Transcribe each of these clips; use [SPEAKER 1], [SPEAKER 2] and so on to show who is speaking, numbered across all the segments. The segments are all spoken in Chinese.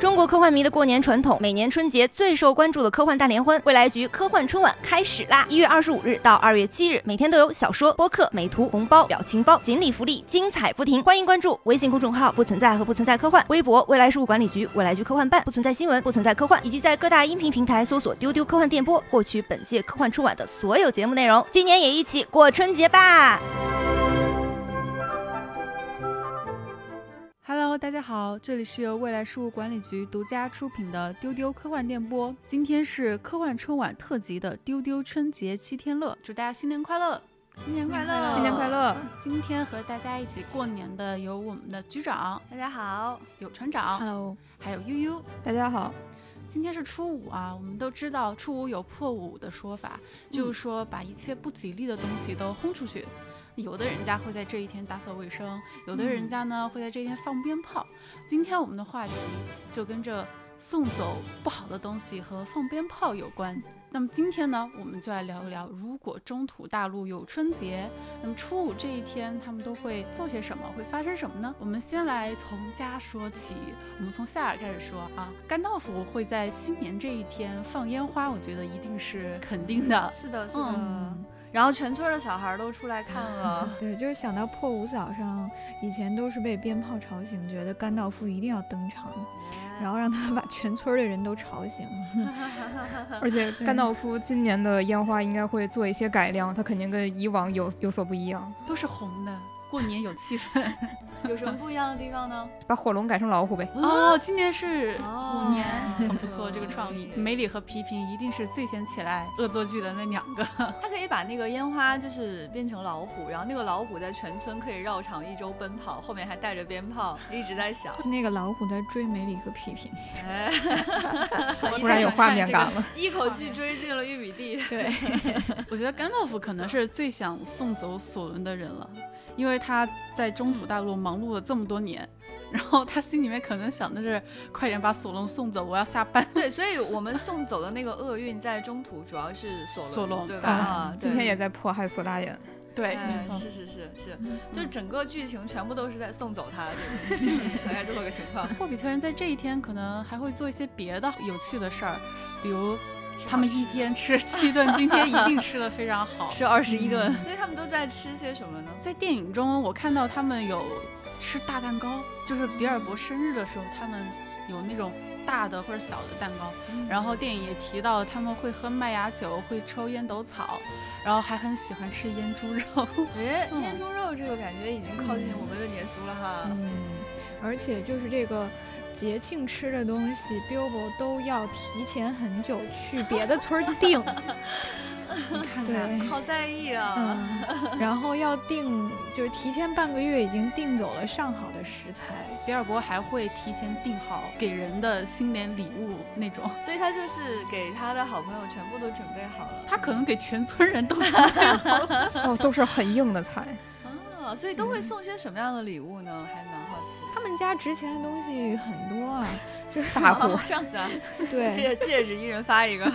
[SPEAKER 1] 中国科幻迷的过年传统，每年春节最受关注的科幻大联欢，未来局科幻春晚开始啦！一月二十五日到二月七日，每天都有小说、播客、美图、红包、表情包、锦鲤福利，精彩不停！欢迎关注微信公众号“不存在”和“不存在科幻”，微博“未来事务管理局”、“未来局科幻办”、“不存在新闻”、“不存在科幻”，以及在各大音频平台搜索“丢丢科幻电波”，获取本届科幻春晚的所有节目内容。今年也一起过春节吧！
[SPEAKER 2] Hello，大家好，这里是由未来事务管理局独家出品的丢丢科幻电波。今天是科幻春晚特辑的丢丢春节七天乐，祝大家新年快乐！新年快乐
[SPEAKER 3] 新年快乐！
[SPEAKER 2] 今天和大家一起过年的有我们的局长，
[SPEAKER 4] 大家好，
[SPEAKER 2] 有船长
[SPEAKER 3] Hello，
[SPEAKER 2] 还有悠悠。
[SPEAKER 3] 大家好。
[SPEAKER 2] 今天是初五啊，我们都知道初五有破五的说法，就是说把一切不吉利的东西都轰出去。有的人家会在这一天打扫卫生，有的人家呢会在这一天放鞭炮。今天我们的话题就跟着送走不好的东西和放鞭炮有关。那么今天呢，我们就来聊一聊，如果中土大陆有春节，那么初五这一天他们都会做些什么，会发生什么呢？我们先来从家说起，我们从夏尔开始说啊。甘道夫会在新年这一天放烟花，我觉得一定是肯定的。
[SPEAKER 4] 是的，是的。
[SPEAKER 2] 嗯
[SPEAKER 3] 嗯，
[SPEAKER 4] 然后全村的小孩都出来看了，
[SPEAKER 3] 对，就是想到破五早上，以前都是被鞭炮吵醒，觉得甘道夫一定要登场，然后让他 把全村儿的人都吵醒。
[SPEAKER 5] 而且
[SPEAKER 3] 对
[SPEAKER 5] 甘道夫今年的烟花应该会做一些改良，它肯定跟以往有有所不一样，
[SPEAKER 2] 都是红的，过年有气氛。
[SPEAKER 4] 有什么不一样的地方呢？
[SPEAKER 5] 把火龙改成老虎呗。
[SPEAKER 2] 哦，今年是
[SPEAKER 4] 哦
[SPEAKER 2] 虎年，很不错，这
[SPEAKER 4] 嗯
[SPEAKER 2] 个创意。
[SPEAKER 4] 可以
[SPEAKER 2] 梅里和皮皮一定是最先起来恶作剧的那两个。
[SPEAKER 4] 他可以把那个烟花就是变成老虎，然后那个老虎在全村可以绕场一周奔跑，后面还带着鞭炮，一直在响，
[SPEAKER 3] 那个老虎在追梅里和皮皮，
[SPEAKER 4] 哎，
[SPEAKER 5] 突然有画面感了，
[SPEAKER 4] 一口气追进了玉米地。
[SPEAKER 2] 对， 我觉得甘道夫可能是最想送走索伦的人了，因为他在中土大陆忙碌了这么多年，然后他心里面可能想的是快点把索隆送走，我要下班。
[SPEAKER 4] 对，所以我们送走的那个厄运在中途主要是索隆，
[SPEAKER 2] 索隆
[SPEAKER 4] 对吧？
[SPEAKER 2] 对
[SPEAKER 4] 啊，
[SPEAKER 5] 今天也在迫害索大人，
[SPEAKER 2] 对，
[SPEAKER 4] 哎
[SPEAKER 2] 没错。
[SPEAKER 4] 是是是是，
[SPEAKER 2] 嗯
[SPEAKER 4] 就整个剧情全部都是在送走他，对不 对？大 概这么个情况。
[SPEAKER 2] 霍比特人在这一天可能还会做一些别的有趣的事儿，比如他们一天吃七顿，今天一定吃的非常 好。
[SPEAKER 4] 吃二十一顿，所以他们都在吃些什么呢？
[SPEAKER 2] 在电影中，我看到他们有吃大蛋糕，就是比尔博生日的时候，他们有那种大的或者小的蛋糕。然后电影也提到他们会喝麦芽酒，会抽烟斗草，然后还很喜欢吃腌猪肉。
[SPEAKER 4] 哎，
[SPEAKER 2] 嗯
[SPEAKER 4] 腌猪肉这个感觉已经靠近我们的年俗了哈。
[SPEAKER 3] 嗯，而且就是这个节庆吃的东西，Bilbo 都要提前很久去别的村 儿订，
[SPEAKER 2] 你看看，
[SPEAKER 3] 对，
[SPEAKER 4] 好在意啊！
[SPEAKER 3] 嗯，然后要订，就是提前半个月已经订走了上好的食材。
[SPEAKER 2] 比尔博还会提前订好给人的新年礼物那种。
[SPEAKER 4] 所以他就是给他的好朋友全部都准备好了
[SPEAKER 2] 他可能给全村人都准 备好了，
[SPEAKER 5] 哦，都是很硬的菜。
[SPEAKER 4] 啊，所以都会送些什么样的礼物呢？还蛮好奇。
[SPEAKER 3] 他们家值钱的东西很多啊，就是
[SPEAKER 5] 大户
[SPEAKER 4] 哦这样子啊，
[SPEAKER 3] 对，
[SPEAKER 4] 戒戒指一人发一个，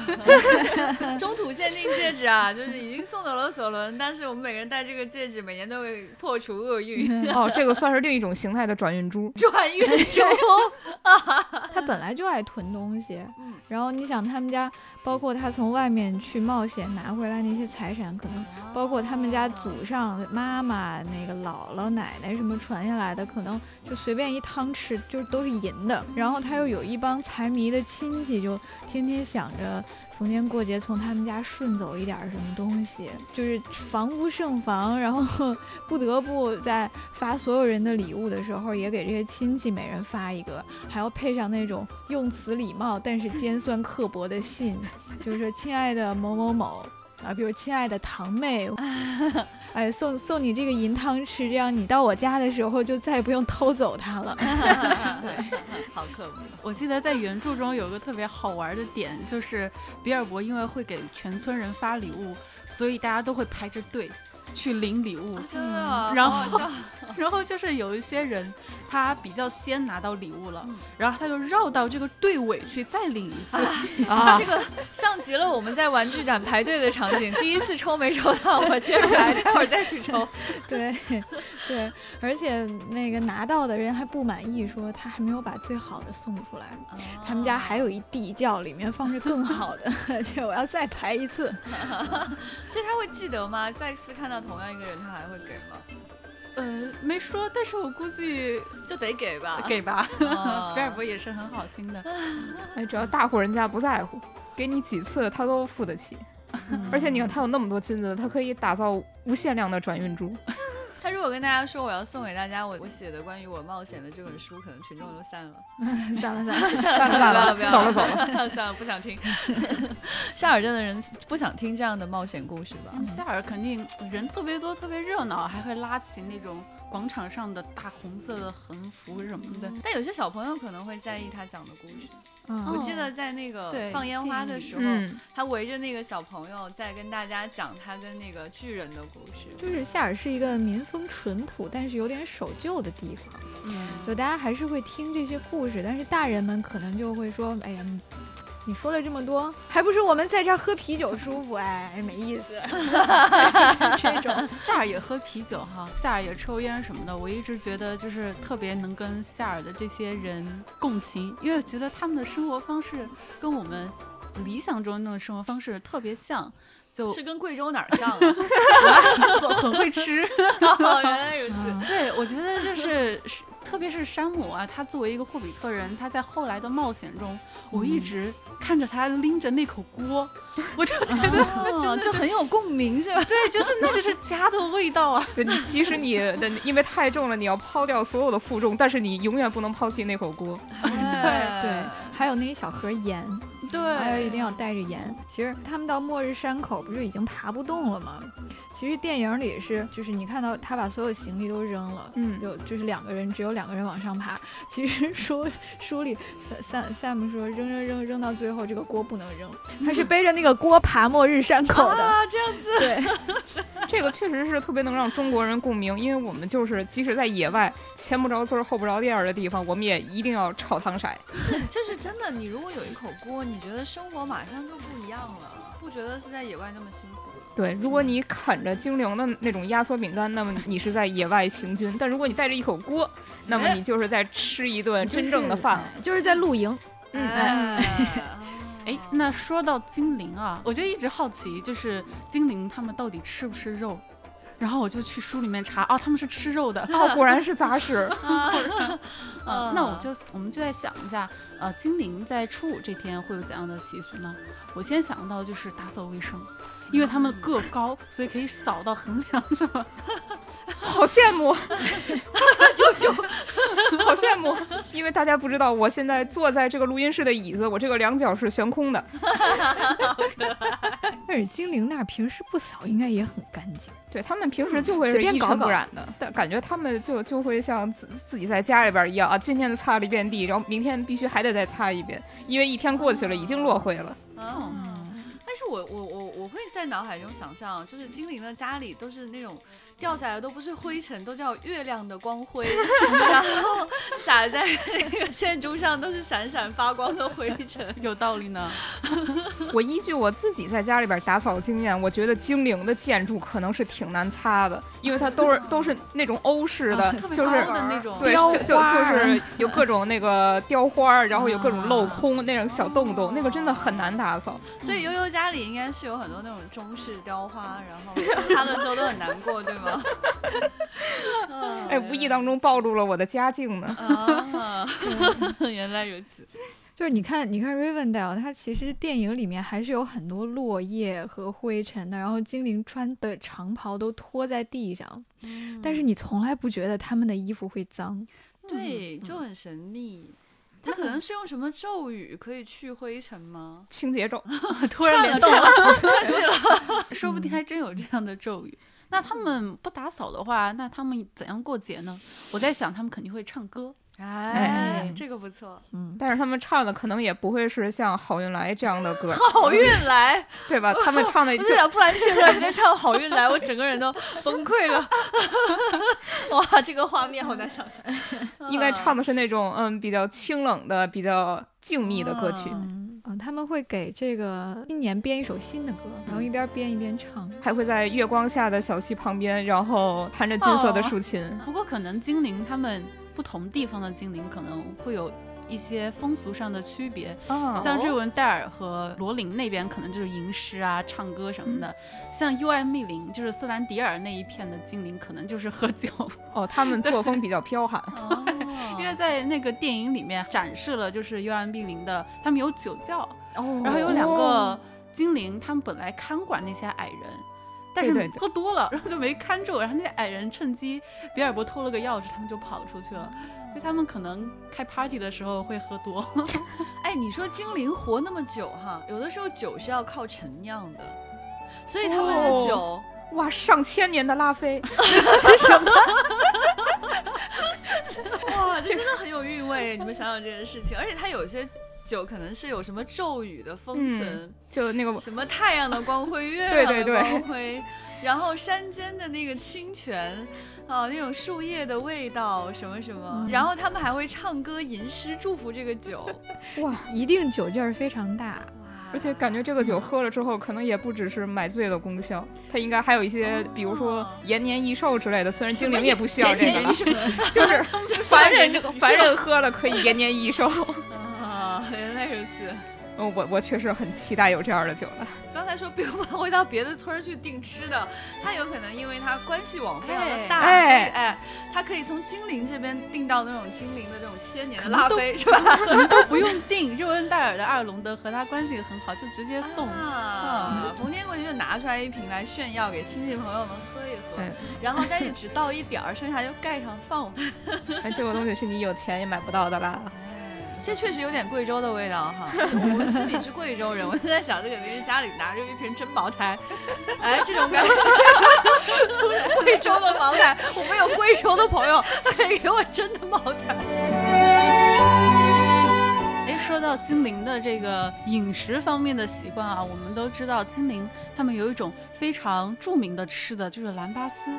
[SPEAKER 4] 中土限定戒指啊， 就是已经送走了索伦，但是我们每个人戴这个戒指，每年都会破除厄运，
[SPEAKER 5] 哦，这个算是另一种形态的转运珠。
[SPEAKER 4] 转运中。
[SPEAKER 3] 他本来就爱囤东西
[SPEAKER 4] 嗯，
[SPEAKER 3] 然后你想他们家，包括他从外面去冒险拿回来那些财产，可能包括他们家祖上妈妈、那个姥姥、奶奶什么传下来的，可能就随便一汤匙就是都是银的。然后他又有一帮财迷的亲戚，就天天想着逢年过节从他们家顺走一点儿什么东西，就是防不胜防。然后 不得不在发所有人的礼物的时候，也给这些亲戚每人发一个，还要配上那种用词礼貌但是尖酸刻薄的信， 就是说亲爱的某某某。啊，比如亲爱的堂妹，哎，送送你这个银汤匙，这样你到我家的时候就再也不用偷走它了。
[SPEAKER 4] 好刻薄。
[SPEAKER 2] 我记得在原著中有一个特别好玩的点，就是比尔博因为会给全村人发礼物，所以大家都会排着队，去领礼物
[SPEAKER 4] 啊，真的啊，
[SPEAKER 2] 然
[SPEAKER 4] 好好笑
[SPEAKER 2] 然后就是有一些人，他比较先拿到礼物了，
[SPEAKER 4] 嗯
[SPEAKER 2] 然后他就绕到这个队尾去再领一次。
[SPEAKER 3] 啊
[SPEAKER 4] 这，个像极了我们在玩具展排队的场景，第一次抽没抽到，我接着来，待会儿再去抽。
[SPEAKER 3] 对对，而且那个拿到的人还不满意，说他还没有把最好的送出来，
[SPEAKER 4] 哦
[SPEAKER 3] 他们家还有一地窖，里面放着更好的， 这我要再排一次。
[SPEAKER 4] 所以他会记得吗？再次看到同样一个人，他还会给吗？
[SPEAKER 2] 呃，没说，但是我估计
[SPEAKER 4] 就得给吧，
[SPEAKER 2] 给吧。
[SPEAKER 4] 哦。
[SPEAKER 2] 贝尔伯也是很好心的，
[SPEAKER 5] 哎，只要大户人家不在乎，给你几次他都付得起。而且你看，他有那么多金子，他可以打造无限量的转运珠。
[SPEAKER 4] 他如果跟大家说我要送给大家我我写的关于我冒险的这本书，可能群众就散了。
[SPEAKER 3] 算了算了，
[SPEAKER 5] 算了算了，
[SPEAKER 4] 不要
[SPEAKER 5] 走了走了。
[SPEAKER 4] 了，算了，不想听。夏尔镇的人不想听这样的冒险故事吧？
[SPEAKER 2] 嗯夏尔肯定人特别多，特别热闹，还会拉起那种广场上的大红色的横幅什么的。
[SPEAKER 4] 但有些小朋友可能会在意他讲的故事。
[SPEAKER 3] 嗯
[SPEAKER 4] 我记得在那个
[SPEAKER 2] 对
[SPEAKER 4] 放烟花
[SPEAKER 2] 电
[SPEAKER 4] 的
[SPEAKER 2] 影
[SPEAKER 4] 时候，
[SPEAKER 5] 嗯，
[SPEAKER 4] 他围着那个小朋友在跟大家讲他跟那个巨人的故事。
[SPEAKER 3] 就是夏尔是一个民风淳朴，但是有点守旧的地方，
[SPEAKER 2] 嗯，
[SPEAKER 3] 就大家还是会听这些故事，但是大人们可能就会说：“哎呀，你你说了这么多，还不是我们在这儿喝啤酒舒服？哎，没意思。 就这种，
[SPEAKER 2] 夏尔也喝啤酒哈，夏尔也抽烟什么的。我一直觉得就是特别能跟夏尔的这些人共情，因为觉得他们的生活方式跟我们理想中那种生活方式特别像，就是
[SPEAKER 4] 跟贵州哪儿像 啊？
[SPEAKER 2] 很很会吃。
[SPEAKER 4] 哦，原来如 此。
[SPEAKER 2] 嗯对，我觉得就是，是特别是山姆啊，他作为一个霍比特人，他在后来的冒险中，我一直
[SPEAKER 4] 嗯
[SPEAKER 2] 看着他拎着那口锅，我就觉得，
[SPEAKER 4] 哦，就很有共鸣是吧？
[SPEAKER 2] 对，就是那就是家的味道啊。
[SPEAKER 5] 对你，即使你的 因为太重了，你要抛掉所有的负重，但是你永远不能抛弃那口锅。
[SPEAKER 4] 对
[SPEAKER 3] 对，还有那一小盒盐，还有
[SPEAKER 4] 哎
[SPEAKER 2] 对，
[SPEAKER 3] 一定要带着盐。其实他们到末日山口不是已经爬不动了吗？其实电影里是，就是你看到他把所有行李都扔了，
[SPEAKER 5] 嗯
[SPEAKER 3] 有就是两个人，只有两个人往上爬。其实书书里，Sam Sam Sam 说扔扔扔扔到最后，这个锅不能扔，他是背着那个锅爬末日山口的。
[SPEAKER 4] 啊，这样子
[SPEAKER 3] 对，
[SPEAKER 5] 这个确实是特别能让中国人共鸣，因为我们就是即使在野外前不着村儿后不着店儿的地方，我们也一定要炒糖色。
[SPEAKER 4] 是嗯就是真的。你如果有一口锅，你觉得生活马上就不一样了，不觉得是在野外那么辛苦了。
[SPEAKER 5] 对，如果你啃着精灵的那种压缩饼干，那么你是在野外行军；但如果你带着一口锅，那么你就是在吃一顿真正的饭了。
[SPEAKER 3] 就是就是在露营。
[SPEAKER 5] 嗯
[SPEAKER 2] 哎，
[SPEAKER 4] 嗯
[SPEAKER 2] 那说到精灵啊，我就一直好奇，就是精灵他们到底吃不吃肉？然后我就去书里面查，哦，他们是吃肉的。
[SPEAKER 5] 哦，果然是杂食。
[SPEAKER 2] 呃
[SPEAKER 4] 嗯，
[SPEAKER 2] 那我就我们就在想一下，呃，精灵在初五这天会有怎样的习俗呢？我先想到就是打扫卫生，因为他们个
[SPEAKER 5] 嗯
[SPEAKER 2] 高，所以可以扫到横梁 上。
[SPEAKER 5] 好羡 慕， 就就好羡慕，因为大家不知道，我现在坐在这个录音室的椅子，我这个两脚是悬空的。
[SPEAKER 3] 但是精灵那儿平时不扫，应该也很干净。
[SPEAKER 5] 对他们平时就会
[SPEAKER 3] 嗯
[SPEAKER 5] 是
[SPEAKER 3] 随便
[SPEAKER 5] 一
[SPEAKER 3] 搞
[SPEAKER 5] 尘不
[SPEAKER 3] 搞
[SPEAKER 5] 染的，但感觉他们就就会像自自己在家里边一样啊，今天擦了一遍地，然后明天必须还得再擦一遍，因为一天过去了，已经落灰了。
[SPEAKER 4] 哦，
[SPEAKER 2] 嗯
[SPEAKER 4] 但是我我我我会在脑海中想象，就是精灵的家里都是那种掉下来都不是灰尘，都叫月亮的光辉， 然后洒在那个建筑上都是闪闪发光的灰尘。
[SPEAKER 2] 有道理呢。
[SPEAKER 5] 嗯我依据我自己在家里边打扫的经验，我觉得精灵的建筑可能是挺难擦的，因为它都是都是那种欧式的，
[SPEAKER 2] 啊特别
[SPEAKER 5] 就是
[SPEAKER 2] 高的那种
[SPEAKER 5] 对，
[SPEAKER 3] 雕
[SPEAKER 5] 就就
[SPEAKER 3] 花
[SPEAKER 5] 就
[SPEAKER 3] 儿
[SPEAKER 5] 是 有各种那个雕花儿，然后有各种镂空那种小洞洞，那个真的很难打扫。
[SPEAKER 4] 所以悠悠家里应该是有很多那种中式雕花，然 后擦的时候都很难过，对吗？嗯
[SPEAKER 5] 哎，无意当中暴露了我的家境呢。
[SPEAKER 4] 啊， 原来如此。
[SPEAKER 3] 就是你看，你看 Rivendell，它其实电影里面还是有很多落叶和灰尘的，然后精灵穿的长袍都拖在地上，但是你从来不觉得他们的衣服会脏。
[SPEAKER 4] 对，就很神秘。他可能是用什么咒语可以去灰尘吗？
[SPEAKER 5] 清洁咒，
[SPEAKER 2] 突
[SPEAKER 4] 串
[SPEAKER 2] 然
[SPEAKER 4] 了
[SPEAKER 2] 联
[SPEAKER 4] 串
[SPEAKER 2] 动
[SPEAKER 4] 了，真是了。
[SPEAKER 2] 说不定还真有这样的咒语。那他们不打扫的话，那他们怎样过节呢？我在想，他们肯定会唱歌。
[SPEAKER 4] 哎，这个不错，
[SPEAKER 3] 嗯，
[SPEAKER 5] 但是他们唱的可能也不会是像《好运来》这样的歌，
[SPEAKER 4] 好啊运 来，
[SPEAKER 5] 对吧？他们唱的
[SPEAKER 4] 我
[SPEAKER 5] 就
[SPEAKER 4] 哎就想布兰切特直接唱好运来， 我整个人都崩溃 了。哇，这个画面好难想象。
[SPEAKER 5] 应该唱的是那种嗯比较清冷的、比较静谧的歌曲，
[SPEAKER 4] 嗯
[SPEAKER 3] 嗯，他们会给这个新年编一首新的歌，然后一边编一边唱。
[SPEAKER 5] 还会在月光下的小溪旁边，然后弹着金色的
[SPEAKER 4] 哦
[SPEAKER 5] 竖琴。
[SPEAKER 2] 不过可能精灵他们不同地方的精灵可能会有一些风俗上的区别，
[SPEAKER 5] 啊
[SPEAKER 2] 像瑞文戴尔和罗林那边可能就是吟诗啊、唱歌什么的，像 U M 密林就是斯兰迪尔那一片的精灵可能就是喝酒，
[SPEAKER 5] 哦，他们作风比较彪悍。
[SPEAKER 4] 哦，
[SPEAKER 2] 因为在那个电影里面展示了就是 U M 密林的，他们有酒窖，
[SPEAKER 5] 哦
[SPEAKER 2] 然后有两个精灵，他们本来看管那些矮人。但
[SPEAKER 5] 对
[SPEAKER 2] 是
[SPEAKER 5] 对对
[SPEAKER 2] 喝多了， 然后就没看住，然后那些矮人趁机，比尔博偷了个钥匙，他们就跑出去了。所以他们可能开 party 的时候会喝 多。
[SPEAKER 4] 哎，你说精灵活那么久哈，有的时候酒是要靠陈酿的，所以他们的
[SPEAKER 5] 哦
[SPEAKER 4] 酒、
[SPEAKER 5] 哇，上千年的拉菲，
[SPEAKER 4] 哇，这真的很有韵味。你们想想这件事情，而且它有些酒可能是有什么咒语的封存，
[SPEAKER 5] 就那个
[SPEAKER 4] 什么太阳的光辉、月
[SPEAKER 5] 对
[SPEAKER 4] 亮
[SPEAKER 5] 对
[SPEAKER 4] 的
[SPEAKER 5] 对
[SPEAKER 4] 光辉，然后山间的那个清泉，啊，那种树叶的味道，什么什么，
[SPEAKER 5] 嗯
[SPEAKER 4] 然后他们还会唱歌吟诗祝福这个酒，
[SPEAKER 5] 哇，
[SPEAKER 3] 一定酒劲儿非常大，
[SPEAKER 4] 哇，
[SPEAKER 5] 而且感觉这个酒
[SPEAKER 4] 嗯
[SPEAKER 5] 喝了之后，可能也不只是买醉的功效，它应该还有一些，比如说延年益寿之类的。虽然精灵也不需 要啊这个了，就是 凡人这个凡人喝了可以延年益寿。
[SPEAKER 4] 啊，原来如此。
[SPEAKER 5] 嗯，我我确实很期待有这样的酒了。
[SPEAKER 4] 刚才说 Bill 会到别的村儿去订吃的，他有可能因为他关系网非常的大，
[SPEAKER 5] 哎
[SPEAKER 4] 所以哎，他可以从精灵这边订到那种精灵的这种千年的拉菲，是吧？
[SPEAKER 2] 可能都不用定。瑞恩戴尔的阿尔隆德和他关系很好，就直接送。
[SPEAKER 4] 啊，逢年过节就拿出来一瓶来炫耀，给亲戚朋友们喝一喝，
[SPEAKER 5] 嗯
[SPEAKER 4] 然后但是只倒一点儿，剩下就盖上放。哎
[SPEAKER 5] 但这个东西是你有钱也买不到的啦。
[SPEAKER 4] 嗯这确实有点贵州的味道哈，我们思敏是贵州 人，我就在想，这肯定是家里拿着一瓶真茅台， 哎，这种感觉，突然贵州的茅台，我们有贵州的朋友， 他可以给我真的茅台。
[SPEAKER 2] 哎，说到精灵的这个饮食方面的习惯啊，我们都知道精灵他们有一种非常著名的吃的就是兰巴斯。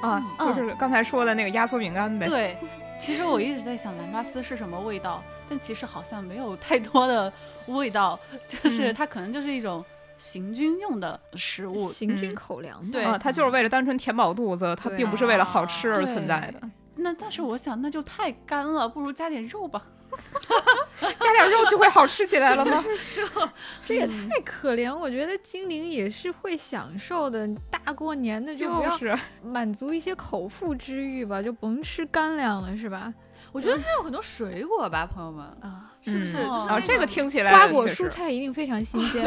[SPEAKER 5] 啊，
[SPEAKER 2] 嗯
[SPEAKER 5] 就是刚才说的那个压缩饼干呗。
[SPEAKER 2] 对，其实我一直在想兰巴斯是什么味道，但其实好像没有太多的味道，就是
[SPEAKER 5] 嗯
[SPEAKER 2] 它可能就是一种行军用的食物。
[SPEAKER 3] 行
[SPEAKER 5] 嗯
[SPEAKER 3] 军口粮嘛。
[SPEAKER 2] 对
[SPEAKER 5] 啊，它就是为了单纯填饱肚子，它
[SPEAKER 3] 对
[SPEAKER 5] 并不是为了好吃而
[SPEAKER 3] 对
[SPEAKER 5] 存在的。
[SPEAKER 2] 那但是我想那就太干了，不如加点肉吧。
[SPEAKER 5] 加点肉就会好吃起来了吗？嗯
[SPEAKER 3] 这也
[SPEAKER 2] 嗯
[SPEAKER 3] 太可怜，我觉得精灵也是会享受的。大过年的就不
[SPEAKER 5] 就
[SPEAKER 3] 要
[SPEAKER 5] 是，
[SPEAKER 3] 满足一些口腹之欲吧，就甭吃干粮了，是吧？
[SPEAKER 4] 我觉得它有很多水果吧，朋友们，哦
[SPEAKER 3] 啊，
[SPEAKER 4] 是不是？
[SPEAKER 5] 嗯
[SPEAKER 4] 就
[SPEAKER 5] 啊
[SPEAKER 4] 是那，
[SPEAKER 5] 这个
[SPEAKER 4] 种
[SPEAKER 5] 听起来
[SPEAKER 3] 瓜果
[SPEAKER 5] 确实
[SPEAKER 3] 蔬菜一定非常新 鲜。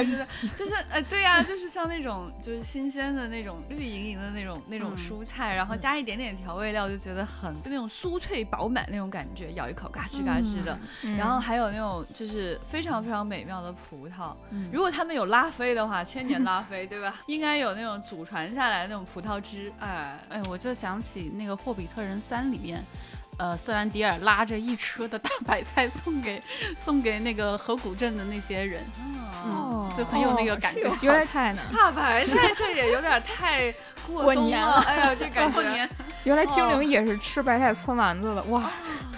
[SPEAKER 4] 就是呃，对呀、就是像那种就是新鲜的那种绿莹莹的那种那种
[SPEAKER 2] 嗯
[SPEAKER 4] 蔬菜，然后加一点点调味料，就觉得很就那种酥脆饱满那种感觉，咬一口嘎吱嘎吱的。
[SPEAKER 5] 嗯
[SPEAKER 4] 然后还有那种就是非常非常美妙的葡萄，
[SPEAKER 2] 嗯
[SPEAKER 4] 如果他们有拉菲的话，千年拉菲对吧？应该有那种祖传下来的那种葡萄汁，哎。
[SPEAKER 2] 哎，我就想起那个《霍比特人三》里面，呃，瑟兰迪尔拉着一车的大白菜送给送给那个河谷镇的那些人，
[SPEAKER 3] 哦
[SPEAKER 2] 嗯，就很有那个感觉。
[SPEAKER 3] 原来菜呢，
[SPEAKER 4] 大白菜这也有点太过
[SPEAKER 3] 过
[SPEAKER 4] 冬
[SPEAKER 3] 年
[SPEAKER 4] 了，
[SPEAKER 3] 了
[SPEAKER 4] 哎呀，这 感觉。
[SPEAKER 5] 原来精
[SPEAKER 3] 哦
[SPEAKER 5] 灵也是吃白菜搓丸子的，
[SPEAKER 3] 啊
[SPEAKER 5] 哇！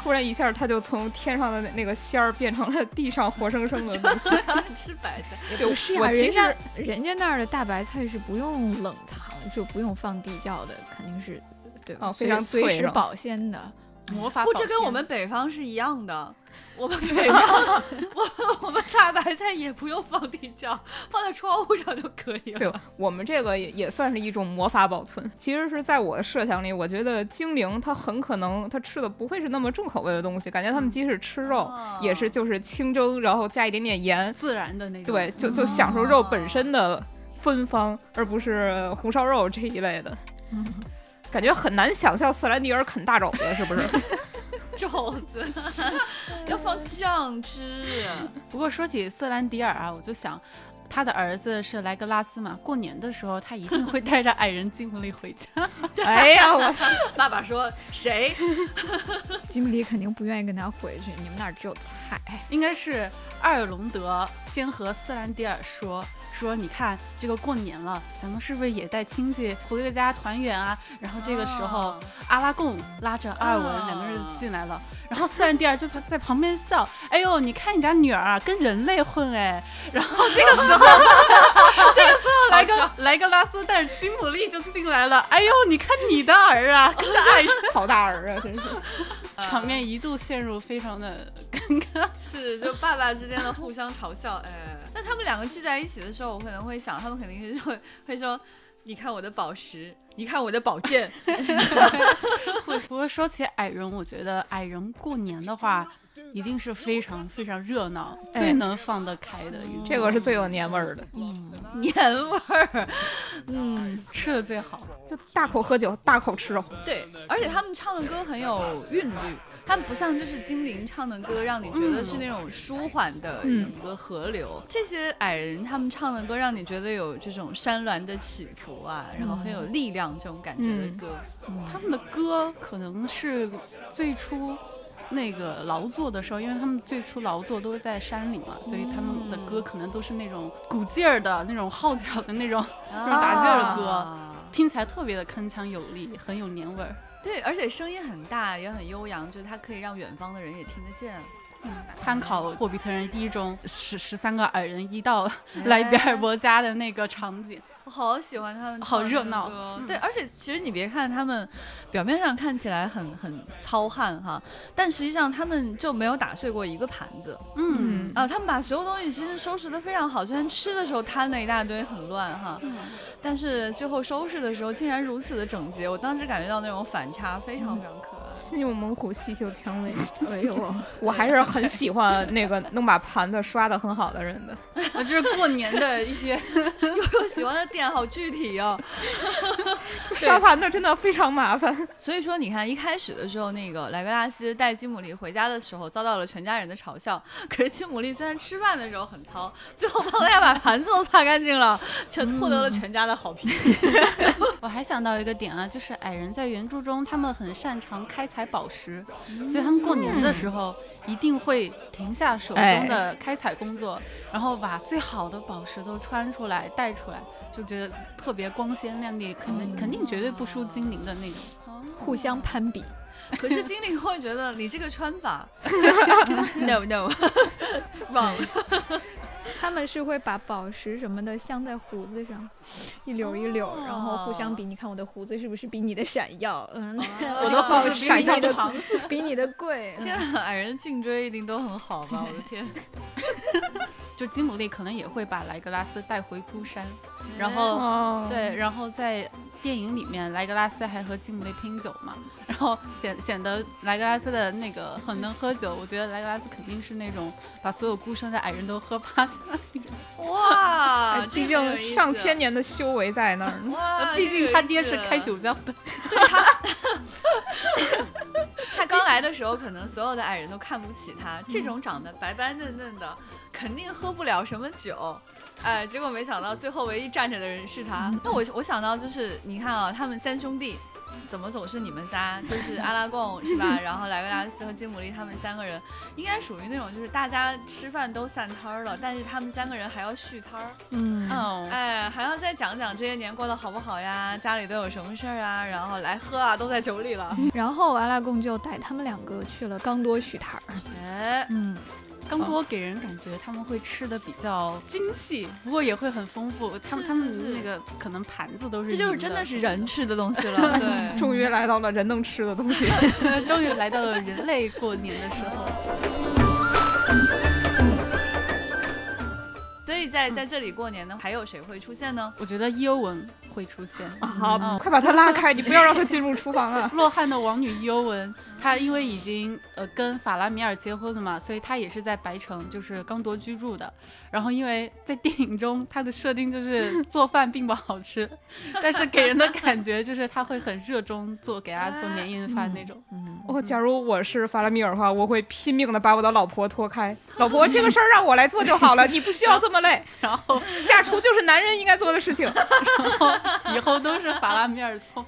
[SPEAKER 5] 突然一下，它就从天上的那那个仙儿变成了地上活生 生的东西。
[SPEAKER 4] 吃白菜，
[SPEAKER 5] 对，啊
[SPEAKER 3] 是
[SPEAKER 5] 我
[SPEAKER 3] 呀，
[SPEAKER 5] 其
[SPEAKER 3] 人
[SPEAKER 5] 实
[SPEAKER 3] 家人家那儿的大白菜是不用冷藏，就不用放地窖的，肯定是对吧？
[SPEAKER 5] 哦
[SPEAKER 3] 随
[SPEAKER 5] 非常脆
[SPEAKER 3] 随时
[SPEAKER 5] 是吧
[SPEAKER 3] 保鲜的。
[SPEAKER 2] 魔法
[SPEAKER 4] 不，
[SPEAKER 2] 保
[SPEAKER 4] 这跟
[SPEAKER 2] 鲜
[SPEAKER 4] 我们北方是一样的。我们北方，我我们大白菜也不用放地窖，放在窗户上就可以了。
[SPEAKER 5] 对我们这个也也算是一种魔法保存。其实是在我的设想里，我觉得精灵它很可能它吃的不会是那么重口味的东西，感觉他们即使吃肉，
[SPEAKER 4] 哦
[SPEAKER 5] 也是就是清蒸，然后加一点点盐，
[SPEAKER 2] 自然的
[SPEAKER 3] 嗯
[SPEAKER 2] 那种，嗯
[SPEAKER 5] 对，就就享受肉本身的芬芳，而不是红烧肉这一类的。
[SPEAKER 3] 嗯，
[SPEAKER 5] 感觉很难想象斯兰迪尔啃大肘子，是不是？
[SPEAKER 4] 肘子要放酱汁，
[SPEAKER 2] 不过说起瑟兰迪尔啊，我就想，他的儿子是莱格拉斯嘛，过年的时候他一定会带着矮人金狐狸回家。
[SPEAKER 3] 哎呀，我
[SPEAKER 4] 爸爸说谁？
[SPEAKER 3] 吉米里肯定不愿意跟他回去，你们那儿只有 菜。
[SPEAKER 2] 应该是阿尔隆德先和斯兰迪尔说说，你看这个过年了，咱们是不是也带亲戚回个家团圆啊？然后这个时候，
[SPEAKER 4] 哦
[SPEAKER 2] 阿拉贡拉着阿尔文、
[SPEAKER 4] 啊
[SPEAKER 2] 两个人就进来了，然后斯兰迪尔就在旁边笑，哎呦，你看你家女儿啊，跟人类混哎。然后
[SPEAKER 4] 哦
[SPEAKER 2] 这个时候，这个时候莱格莱格拉斯带着金普利就进来了，哎呦，你看你的儿啊，跟着爱人，
[SPEAKER 3] 好大儿啊，真是。
[SPEAKER 2] 场面一度陷入非常的尴尬。
[SPEAKER 4] 嗯是，就爸爸之间的互相嘲笑，哎，但他们两个聚在一起的时候，我可能会想，他们肯定是会会说，你看我的宝石，你看我的宝剑，
[SPEAKER 2] 不过说起矮人，我觉得矮人过年的话，一定是非常非常热闹，
[SPEAKER 3] 哎
[SPEAKER 2] 最能放得开的一种，
[SPEAKER 5] 这个是最有年味儿的，
[SPEAKER 4] 年味儿。
[SPEAKER 3] 嗯，
[SPEAKER 2] 吃的最好。
[SPEAKER 5] 就大口喝酒，大口吃肉。
[SPEAKER 4] 对，而且他们唱的歌很有韵律，他们不像就是精灵唱的歌，让你觉得是那种舒缓的
[SPEAKER 5] 嗯
[SPEAKER 4] 一个河流。这些矮人他们唱的歌，让你觉得有这种山峦的起伏啊，然后很有力量这种感觉的
[SPEAKER 5] 嗯
[SPEAKER 4] 歌。
[SPEAKER 2] 他们的歌可能是最初。那个劳作的时候，因为他们最初劳作都是在山里嘛，所以他们的歌可能都是那种鼓劲儿的、那种号角的那种，
[SPEAKER 4] 啊
[SPEAKER 2] 打劲儿的歌听起来特别的铿锵有力，很有年味儿。
[SPEAKER 4] 对，而且声音很大，也很悠扬，就是它可以让远方的人也听得见。
[SPEAKER 2] 参考《霍比特人》一中十十三个矮人一到来比
[SPEAKER 4] 哎
[SPEAKER 2] 尔博家的那个场 景，
[SPEAKER 4] 我好喜欢他们，
[SPEAKER 2] 好热闹嗯
[SPEAKER 4] 对，而且其实你别看他们表面上看起来很很糙汉哈，但实际上他们就没有打碎过一个盘子
[SPEAKER 2] 嗯，
[SPEAKER 4] 啊。他们把所有东西其实收拾得非常好，虽然吃的时候摊了一大堆很乱哈，
[SPEAKER 2] 嗯
[SPEAKER 4] 但是最后收拾的时候竟然如此的整洁，我当时感觉到那种反差非
[SPEAKER 2] 嗯
[SPEAKER 4] 常非常可爱。
[SPEAKER 5] 心有猛虎，细嗅蔷薇。
[SPEAKER 3] 哎呦，
[SPEAKER 5] 我还是很喜欢那个能把盘子刷的很好的人的。
[SPEAKER 2] 啊，就是过年的一些，
[SPEAKER 4] 悠悠喜欢的点好具体哦。
[SPEAKER 5] 刷盘子真的非常麻烦。
[SPEAKER 4] 所以说，你看一开始的时候，那个莱格拉斯带吉姆利回家的时候，遭到了全家人的嘲笑。可是吉姆利虽然吃饭的时候很糙，最后帮大家把盘子都擦干净了，全获得了全家的好评。
[SPEAKER 2] 嗯 我还想到一个点啊，就是矮人在原著中他们很擅长开采宝石，所以他们过年的时候一定会停下手中的开采工作，然后把最好的宝石都穿出来带出来，就觉得特别光鲜亮丽，肯定、肯定绝对不输精灵的那种。
[SPEAKER 3] 互相攀比。
[SPEAKER 4] 可是经理会觉得你这个穿 法，no no，忘了。
[SPEAKER 3] 他们是会把宝石什么的镶在胡子上，一绺一绺，然后互相比。你看我的胡子是不是比你的闪耀？嗯，我
[SPEAKER 4] 的
[SPEAKER 3] 宝
[SPEAKER 4] 胡
[SPEAKER 3] 石
[SPEAKER 4] 子
[SPEAKER 3] 比
[SPEAKER 5] 闪
[SPEAKER 3] 你
[SPEAKER 5] 耀
[SPEAKER 3] 的
[SPEAKER 5] 长
[SPEAKER 3] 比你的贵。嗯
[SPEAKER 4] 天啊，矮人颈椎一定都很好吧？我的天！
[SPEAKER 2] 就吉姆利可能也会把莱格拉斯带回孤山，然后
[SPEAKER 5] 哦，
[SPEAKER 2] 对，然后在电影里面，莱格拉斯还和吉姆利拼酒嘛，然后显显得莱格拉斯的那个很能喝酒。我觉得莱格拉斯肯定是那种把所有孤身的矮人都喝趴 下，哎
[SPEAKER 4] 哇，啊这
[SPEAKER 5] 哎毕
[SPEAKER 4] 个有
[SPEAKER 5] 竟
[SPEAKER 4] 意思
[SPEAKER 5] 上千。年的修为在那儿呢。
[SPEAKER 4] 哇，
[SPEAKER 2] 呃毕
[SPEAKER 4] 这
[SPEAKER 2] 竟
[SPEAKER 4] 个有
[SPEAKER 2] 他
[SPEAKER 4] 意
[SPEAKER 2] 爹是
[SPEAKER 4] 思
[SPEAKER 2] 开酒窖的。
[SPEAKER 4] 他刚来的时候，可能所有的矮人都看不起他。这种长得白白嫩嫩的，肯定喝不了什么酒。哎，结果没想到最后唯一站着的人是他。那我我想到就是，你看啊，他们三兄弟。怎么总是你们仨？就是阿拉贡是吧？然后莱格拉斯和金姆利他们三个人，应该属于那种就是大家吃饭都散摊儿了，但是他们三个人还要续摊儿。
[SPEAKER 3] 嗯，
[SPEAKER 2] 嗯，
[SPEAKER 4] 哎，还要再讲讲这些年过得好不好呀？家里都有什么事儿啊？然后来喝啊，都在酒里了。
[SPEAKER 3] 然后阿拉贡就带他们两个去了刚多许塔尔。
[SPEAKER 4] 哎，
[SPEAKER 3] 嗯，
[SPEAKER 2] 刚多给人感觉他们会吃的比较精细，不过也会很丰富。他们
[SPEAKER 4] 是
[SPEAKER 2] 他们
[SPEAKER 4] 是
[SPEAKER 2] 那个可能盘子都是
[SPEAKER 4] 这就是
[SPEAKER 2] 银
[SPEAKER 4] 真
[SPEAKER 2] 的
[SPEAKER 4] 的是人吃的东西了， 对。
[SPEAKER 5] 终于来到了人能吃的 东西。
[SPEAKER 2] 终于来到
[SPEAKER 4] 呃
[SPEAKER 2] 了人类过年的时候。
[SPEAKER 4] 所以在在这里过年呢，还有谁会出现呢？
[SPEAKER 2] 我觉得伊欧文会出现。
[SPEAKER 4] 哦
[SPEAKER 2] 嗯
[SPEAKER 5] 好，快把他拉开，你不要让他进入厨房啊！
[SPEAKER 2] 洛汗的王女伊欧文，她因为已经呃跟法拉米尔结婚了嘛，所以她也是在白城，就是刚铎居住的。然后因为在电影中她的设定就是做饭并不好吃， 但是给人的感觉就是她会很热衷做给大家做年夜饭那种。
[SPEAKER 5] 哦，假如我是法 拉米尔的话，我会拼命的把我的老婆拖开。老婆，这个事儿让我来做就好了，你不需要这么喝嘞，
[SPEAKER 2] 然后
[SPEAKER 5] 下厨就是男人应该做的事情。
[SPEAKER 2] 以后都是法拉米尔聪。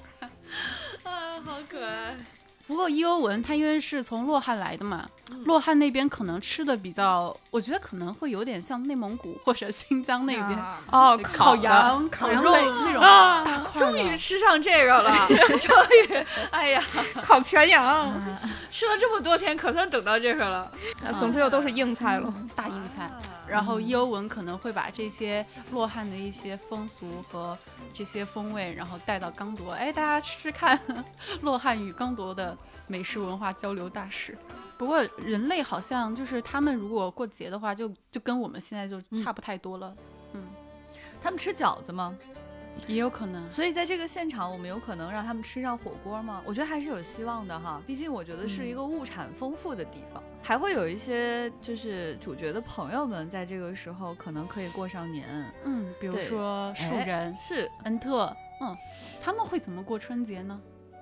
[SPEAKER 4] 啊，好可爱。
[SPEAKER 2] 不过伊欧文他因为是从洛汗来的嘛，洛汗那边可能吃的比较，我觉得可能会有点像内蒙古或者新疆 那边
[SPEAKER 5] 啊
[SPEAKER 2] 哦，
[SPEAKER 4] 烤
[SPEAKER 2] 烤
[SPEAKER 4] 羊
[SPEAKER 2] 羊、烤
[SPEAKER 4] 烤
[SPEAKER 2] 肉
[SPEAKER 4] 肉
[SPEAKER 2] 那种
[SPEAKER 5] 啊
[SPEAKER 2] 大块
[SPEAKER 4] 终
[SPEAKER 2] 儿
[SPEAKER 4] 于
[SPEAKER 2] 的
[SPEAKER 4] 吃上这个 了，终于，哎呀，
[SPEAKER 5] 烤全羊，
[SPEAKER 2] 嗯
[SPEAKER 4] 吃了这么多天，可算等到这个了。
[SPEAKER 5] 啊总之又都是硬菜了。
[SPEAKER 2] 大硬菜。
[SPEAKER 4] 啊
[SPEAKER 2] 然
[SPEAKER 4] 嗯
[SPEAKER 2] 后伊欧文可能会把这些洛汗的一些风俗和这些风味，然后带到刚铎，哎，大家吃吃看 洛汗与刚铎的美食文化交流大使。不过人类好像就是他们如果过节的话，就就跟我们现在就
[SPEAKER 4] 嗯
[SPEAKER 2] 差不太多了，
[SPEAKER 4] 他们吃饺子吗？
[SPEAKER 2] 也有可能。
[SPEAKER 4] 所以在这个现场，我们有可能让他们吃上火锅吗？我觉得还是有希望的哈，毕竟我觉得是
[SPEAKER 2] 嗯
[SPEAKER 4] 一个物产丰富的地方，还会有一些就是主角的朋友们在这个时候可能可以过上年。
[SPEAKER 2] 嗯，比如
[SPEAKER 4] 对
[SPEAKER 2] 说树
[SPEAKER 4] 哎
[SPEAKER 2] 人、
[SPEAKER 4] 是
[SPEAKER 2] 恩特，嗯，他们会怎么过春节呢？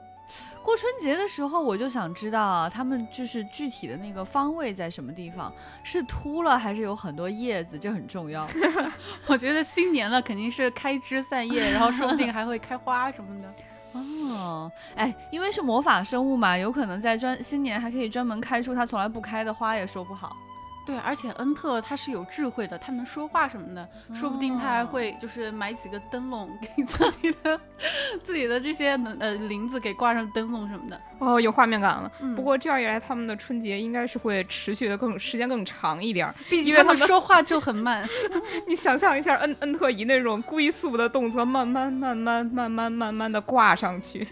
[SPEAKER 4] 过春节的时候，我就想知道啊，他们就是具体的那个方位在什么地方，是秃了还是有很多叶子，这很重要。
[SPEAKER 2] 我觉得新年了肯定是开枝散叶，然后说不定还会开花什么的。
[SPEAKER 4] 哦，哎，因为是魔法生物嘛，有可能在专新年还可以专门开出它从来不开的花，也说不好。
[SPEAKER 2] 对，而且恩特他是有智慧的，他能说话什么的，说不定他还
[SPEAKER 4] 哦
[SPEAKER 2] 会就是买几个灯笼 给自己的自己的这些能呃林子给挂上灯笼什么的。
[SPEAKER 5] 哦，有画面感了。
[SPEAKER 2] 嗯
[SPEAKER 5] 不过这样一来，他们的春节应该是会持续的更时间更长一点儿。
[SPEAKER 2] 毕
[SPEAKER 5] 因
[SPEAKER 2] 竟
[SPEAKER 5] 为
[SPEAKER 2] 他
[SPEAKER 5] 他
[SPEAKER 2] 们
[SPEAKER 5] 们
[SPEAKER 2] 说话就很慢，
[SPEAKER 5] 你想象一下，恩恩特以那种龟速的动作，慢慢慢慢慢慢慢慢的挂上去。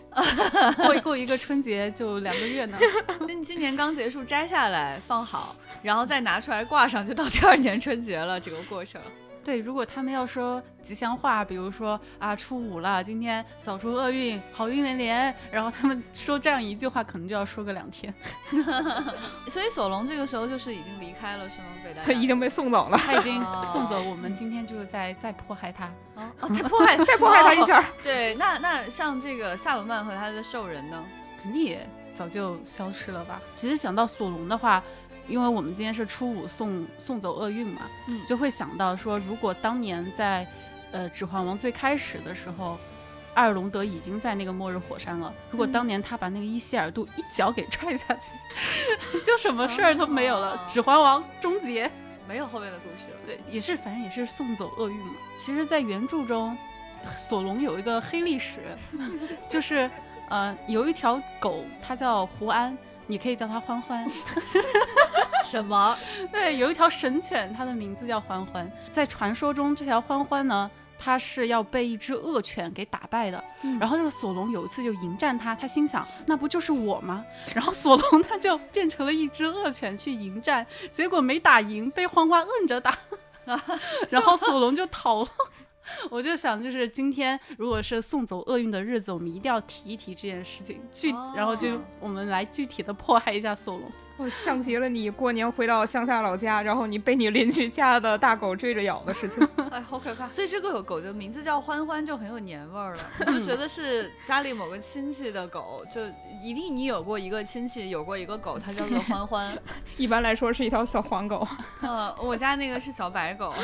[SPEAKER 2] 过过一个春节就两个月 呢。
[SPEAKER 4] 那今年刚结束，摘下来放好，然后再拿出来挂上，就到第二年春节了。整个过程，
[SPEAKER 2] 对，如果他们要说吉祥话，比如说啊初五了，今天扫除厄运，好运连连，然后他们说这样一句话，可能就要说个两天。
[SPEAKER 4] 所以索隆这个时候就是已经离开了， 是吗？北大
[SPEAKER 2] 啊
[SPEAKER 5] 他已经被送走了，
[SPEAKER 2] 他已经
[SPEAKER 4] 哦
[SPEAKER 2] 送走我们，今天就是在在迫害他。
[SPEAKER 4] 哦，哦再迫害
[SPEAKER 5] 再迫害他一下。
[SPEAKER 4] 对，那那像这个萨鲁曼和他的兽人呢？
[SPEAKER 2] 肯定也早就消失了吧。其实想到索隆的话，因为我们今天是初五送送走厄运嘛，
[SPEAKER 4] 嗯
[SPEAKER 2] 就会想到说，如果当年在呃《指环王》最开始的时候，艾尔隆德已经在那个末日火山了，如果当年他把那个伊希尔杜一脚给踹下去， 就什么事儿都没有了，
[SPEAKER 4] 哦
[SPEAKER 2] 指环王》终结。
[SPEAKER 4] 没有后面的故事了。
[SPEAKER 2] 对，也是反正也是送走厄运嘛。其实，在原著中，索隆有一个黑历史，就是呃，有一条狗，它叫胡安，你可以叫它欢欢。
[SPEAKER 4] 什么？
[SPEAKER 2] 对，有一条神犬，它的名字叫欢欢。在传说中，这条欢欢呢，它是要被一只恶犬给打败的。然后这个索隆有一次就迎战它，他心想那不就是我吗？ 然后索隆他就变成了一只恶犬去迎战，结果没打赢，被欢欢摁着打， 然后索隆就逃了。 我就想，就是今天如果是送走厄运的日子，我们一定要提一提这件事情，具、然后就
[SPEAKER 4] 哦
[SPEAKER 2] 我们来具体的迫害一下索隆。
[SPEAKER 5] 我像极哦了你过年回到乡下老家，然后你被你邻居家的大狗追着咬的事情。
[SPEAKER 4] 哎，好可怕！所以这个狗的名字叫欢欢，就很有年味儿了， 我就觉得是家里某个亲戚的狗，就一定你有过一个亲戚有过一个狗，它叫做欢欢。
[SPEAKER 5] 一般来说是一条小黄狗，
[SPEAKER 4] 嗯，我家那个是小白 狗，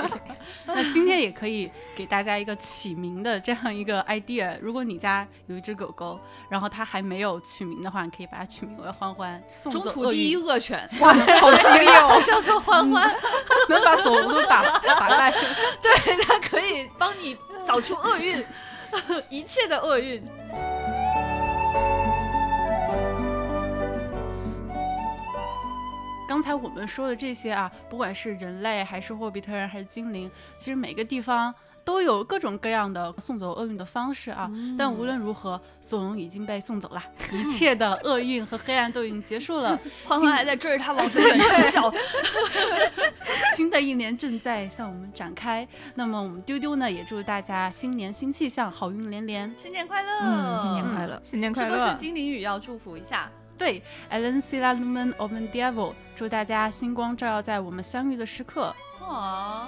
[SPEAKER 2] 那今天也可以给大家一个起名的这样一个 idea。如果你家有一只狗狗，然后它还没有取名的话，你可以把它取名为欢欢。送
[SPEAKER 4] 中
[SPEAKER 2] 走
[SPEAKER 4] 途
[SPEAKER 2] 厄
[SPEAKER 4] 第一
[SPEAKER 2] 运
[SPEAKER 4] 恶犬，
[SPEAKER 5] 哇，好激烈 哦！
[SPEAKER 4] 叫做欢欢，
[SPEAKER 2] 能把所有都打打败。
[SPEAKER 4] 对，它可以帮你扫除厄运，一切的厄运。
[SPEAKER 2] 刚才我们说的这些啊，不管是人类还是霍比特人还是精灵，其实每个地方。都有各种各样的送走厄运的方式啊，
[SPEAKER 4] 嗯
[SPEAKER 2] 但无论如何，索隆已经被送走 了，一切的厄运和黑暗都已经结束了，
[SPEAKER 4] 欢欢还在追着它往出远处叫，
[SPEAKER 2] 新的一年正在向我们展开，那么我们丢丢呢也祝大家新年新气象，好运连连。
[SPEAKER 4] 新年快乐，
[SPEAKER 3] 嗯，新年快乐。
[SPEAKER 5] 新年
[SPEAKER 4] 是
[SPEAKER 5] 快
[SPEAKER 4] 不是
[SPEAKER 5] 乐！
[SPEAKER 4] 精灵语要祝福一下？
[SPEAKER 2] 对 a l e n s i l a Lumen o m e n d i a v o 祝大家星光照耀在我们相遇的时刻。
[SPEAKER 4] 哇，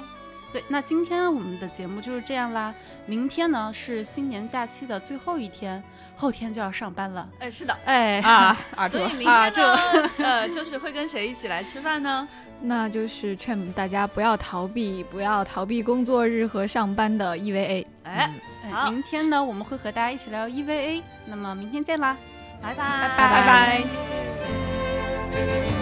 [SPEAKER 2] 对，那今天我们的节目就是这样啦。明天呢是新年假期的最后一天，后天就要上班了。
[SPEAKER 4] 哎， 是的。
[SPEAKER 2] 哎，
[SPEAKER 5] 啊啊！
[SPEAKER 4] 所
[SPEAKER 5] 这
[SPEAKER 4] 以明
[SPEAKER 2] 啊
[SPEAKER 4] 天呢，呃，就是会跟谁一起来吃饭呢？
[SPEAKER 3] 那就是劝大家不要逃避，不要逃避工作日和上班的 E EVA。
[SPEAKER 4] 哎，好
[SPEAKER 2] 哎明天呢我们会和大家一起聊 E EVA，那么明天见啦。
[SPEAKER 4] 拜拜，
[SPEAKER 2] 拜
[SPEAKER 3] 拜
[SPEAKER 5] 拜。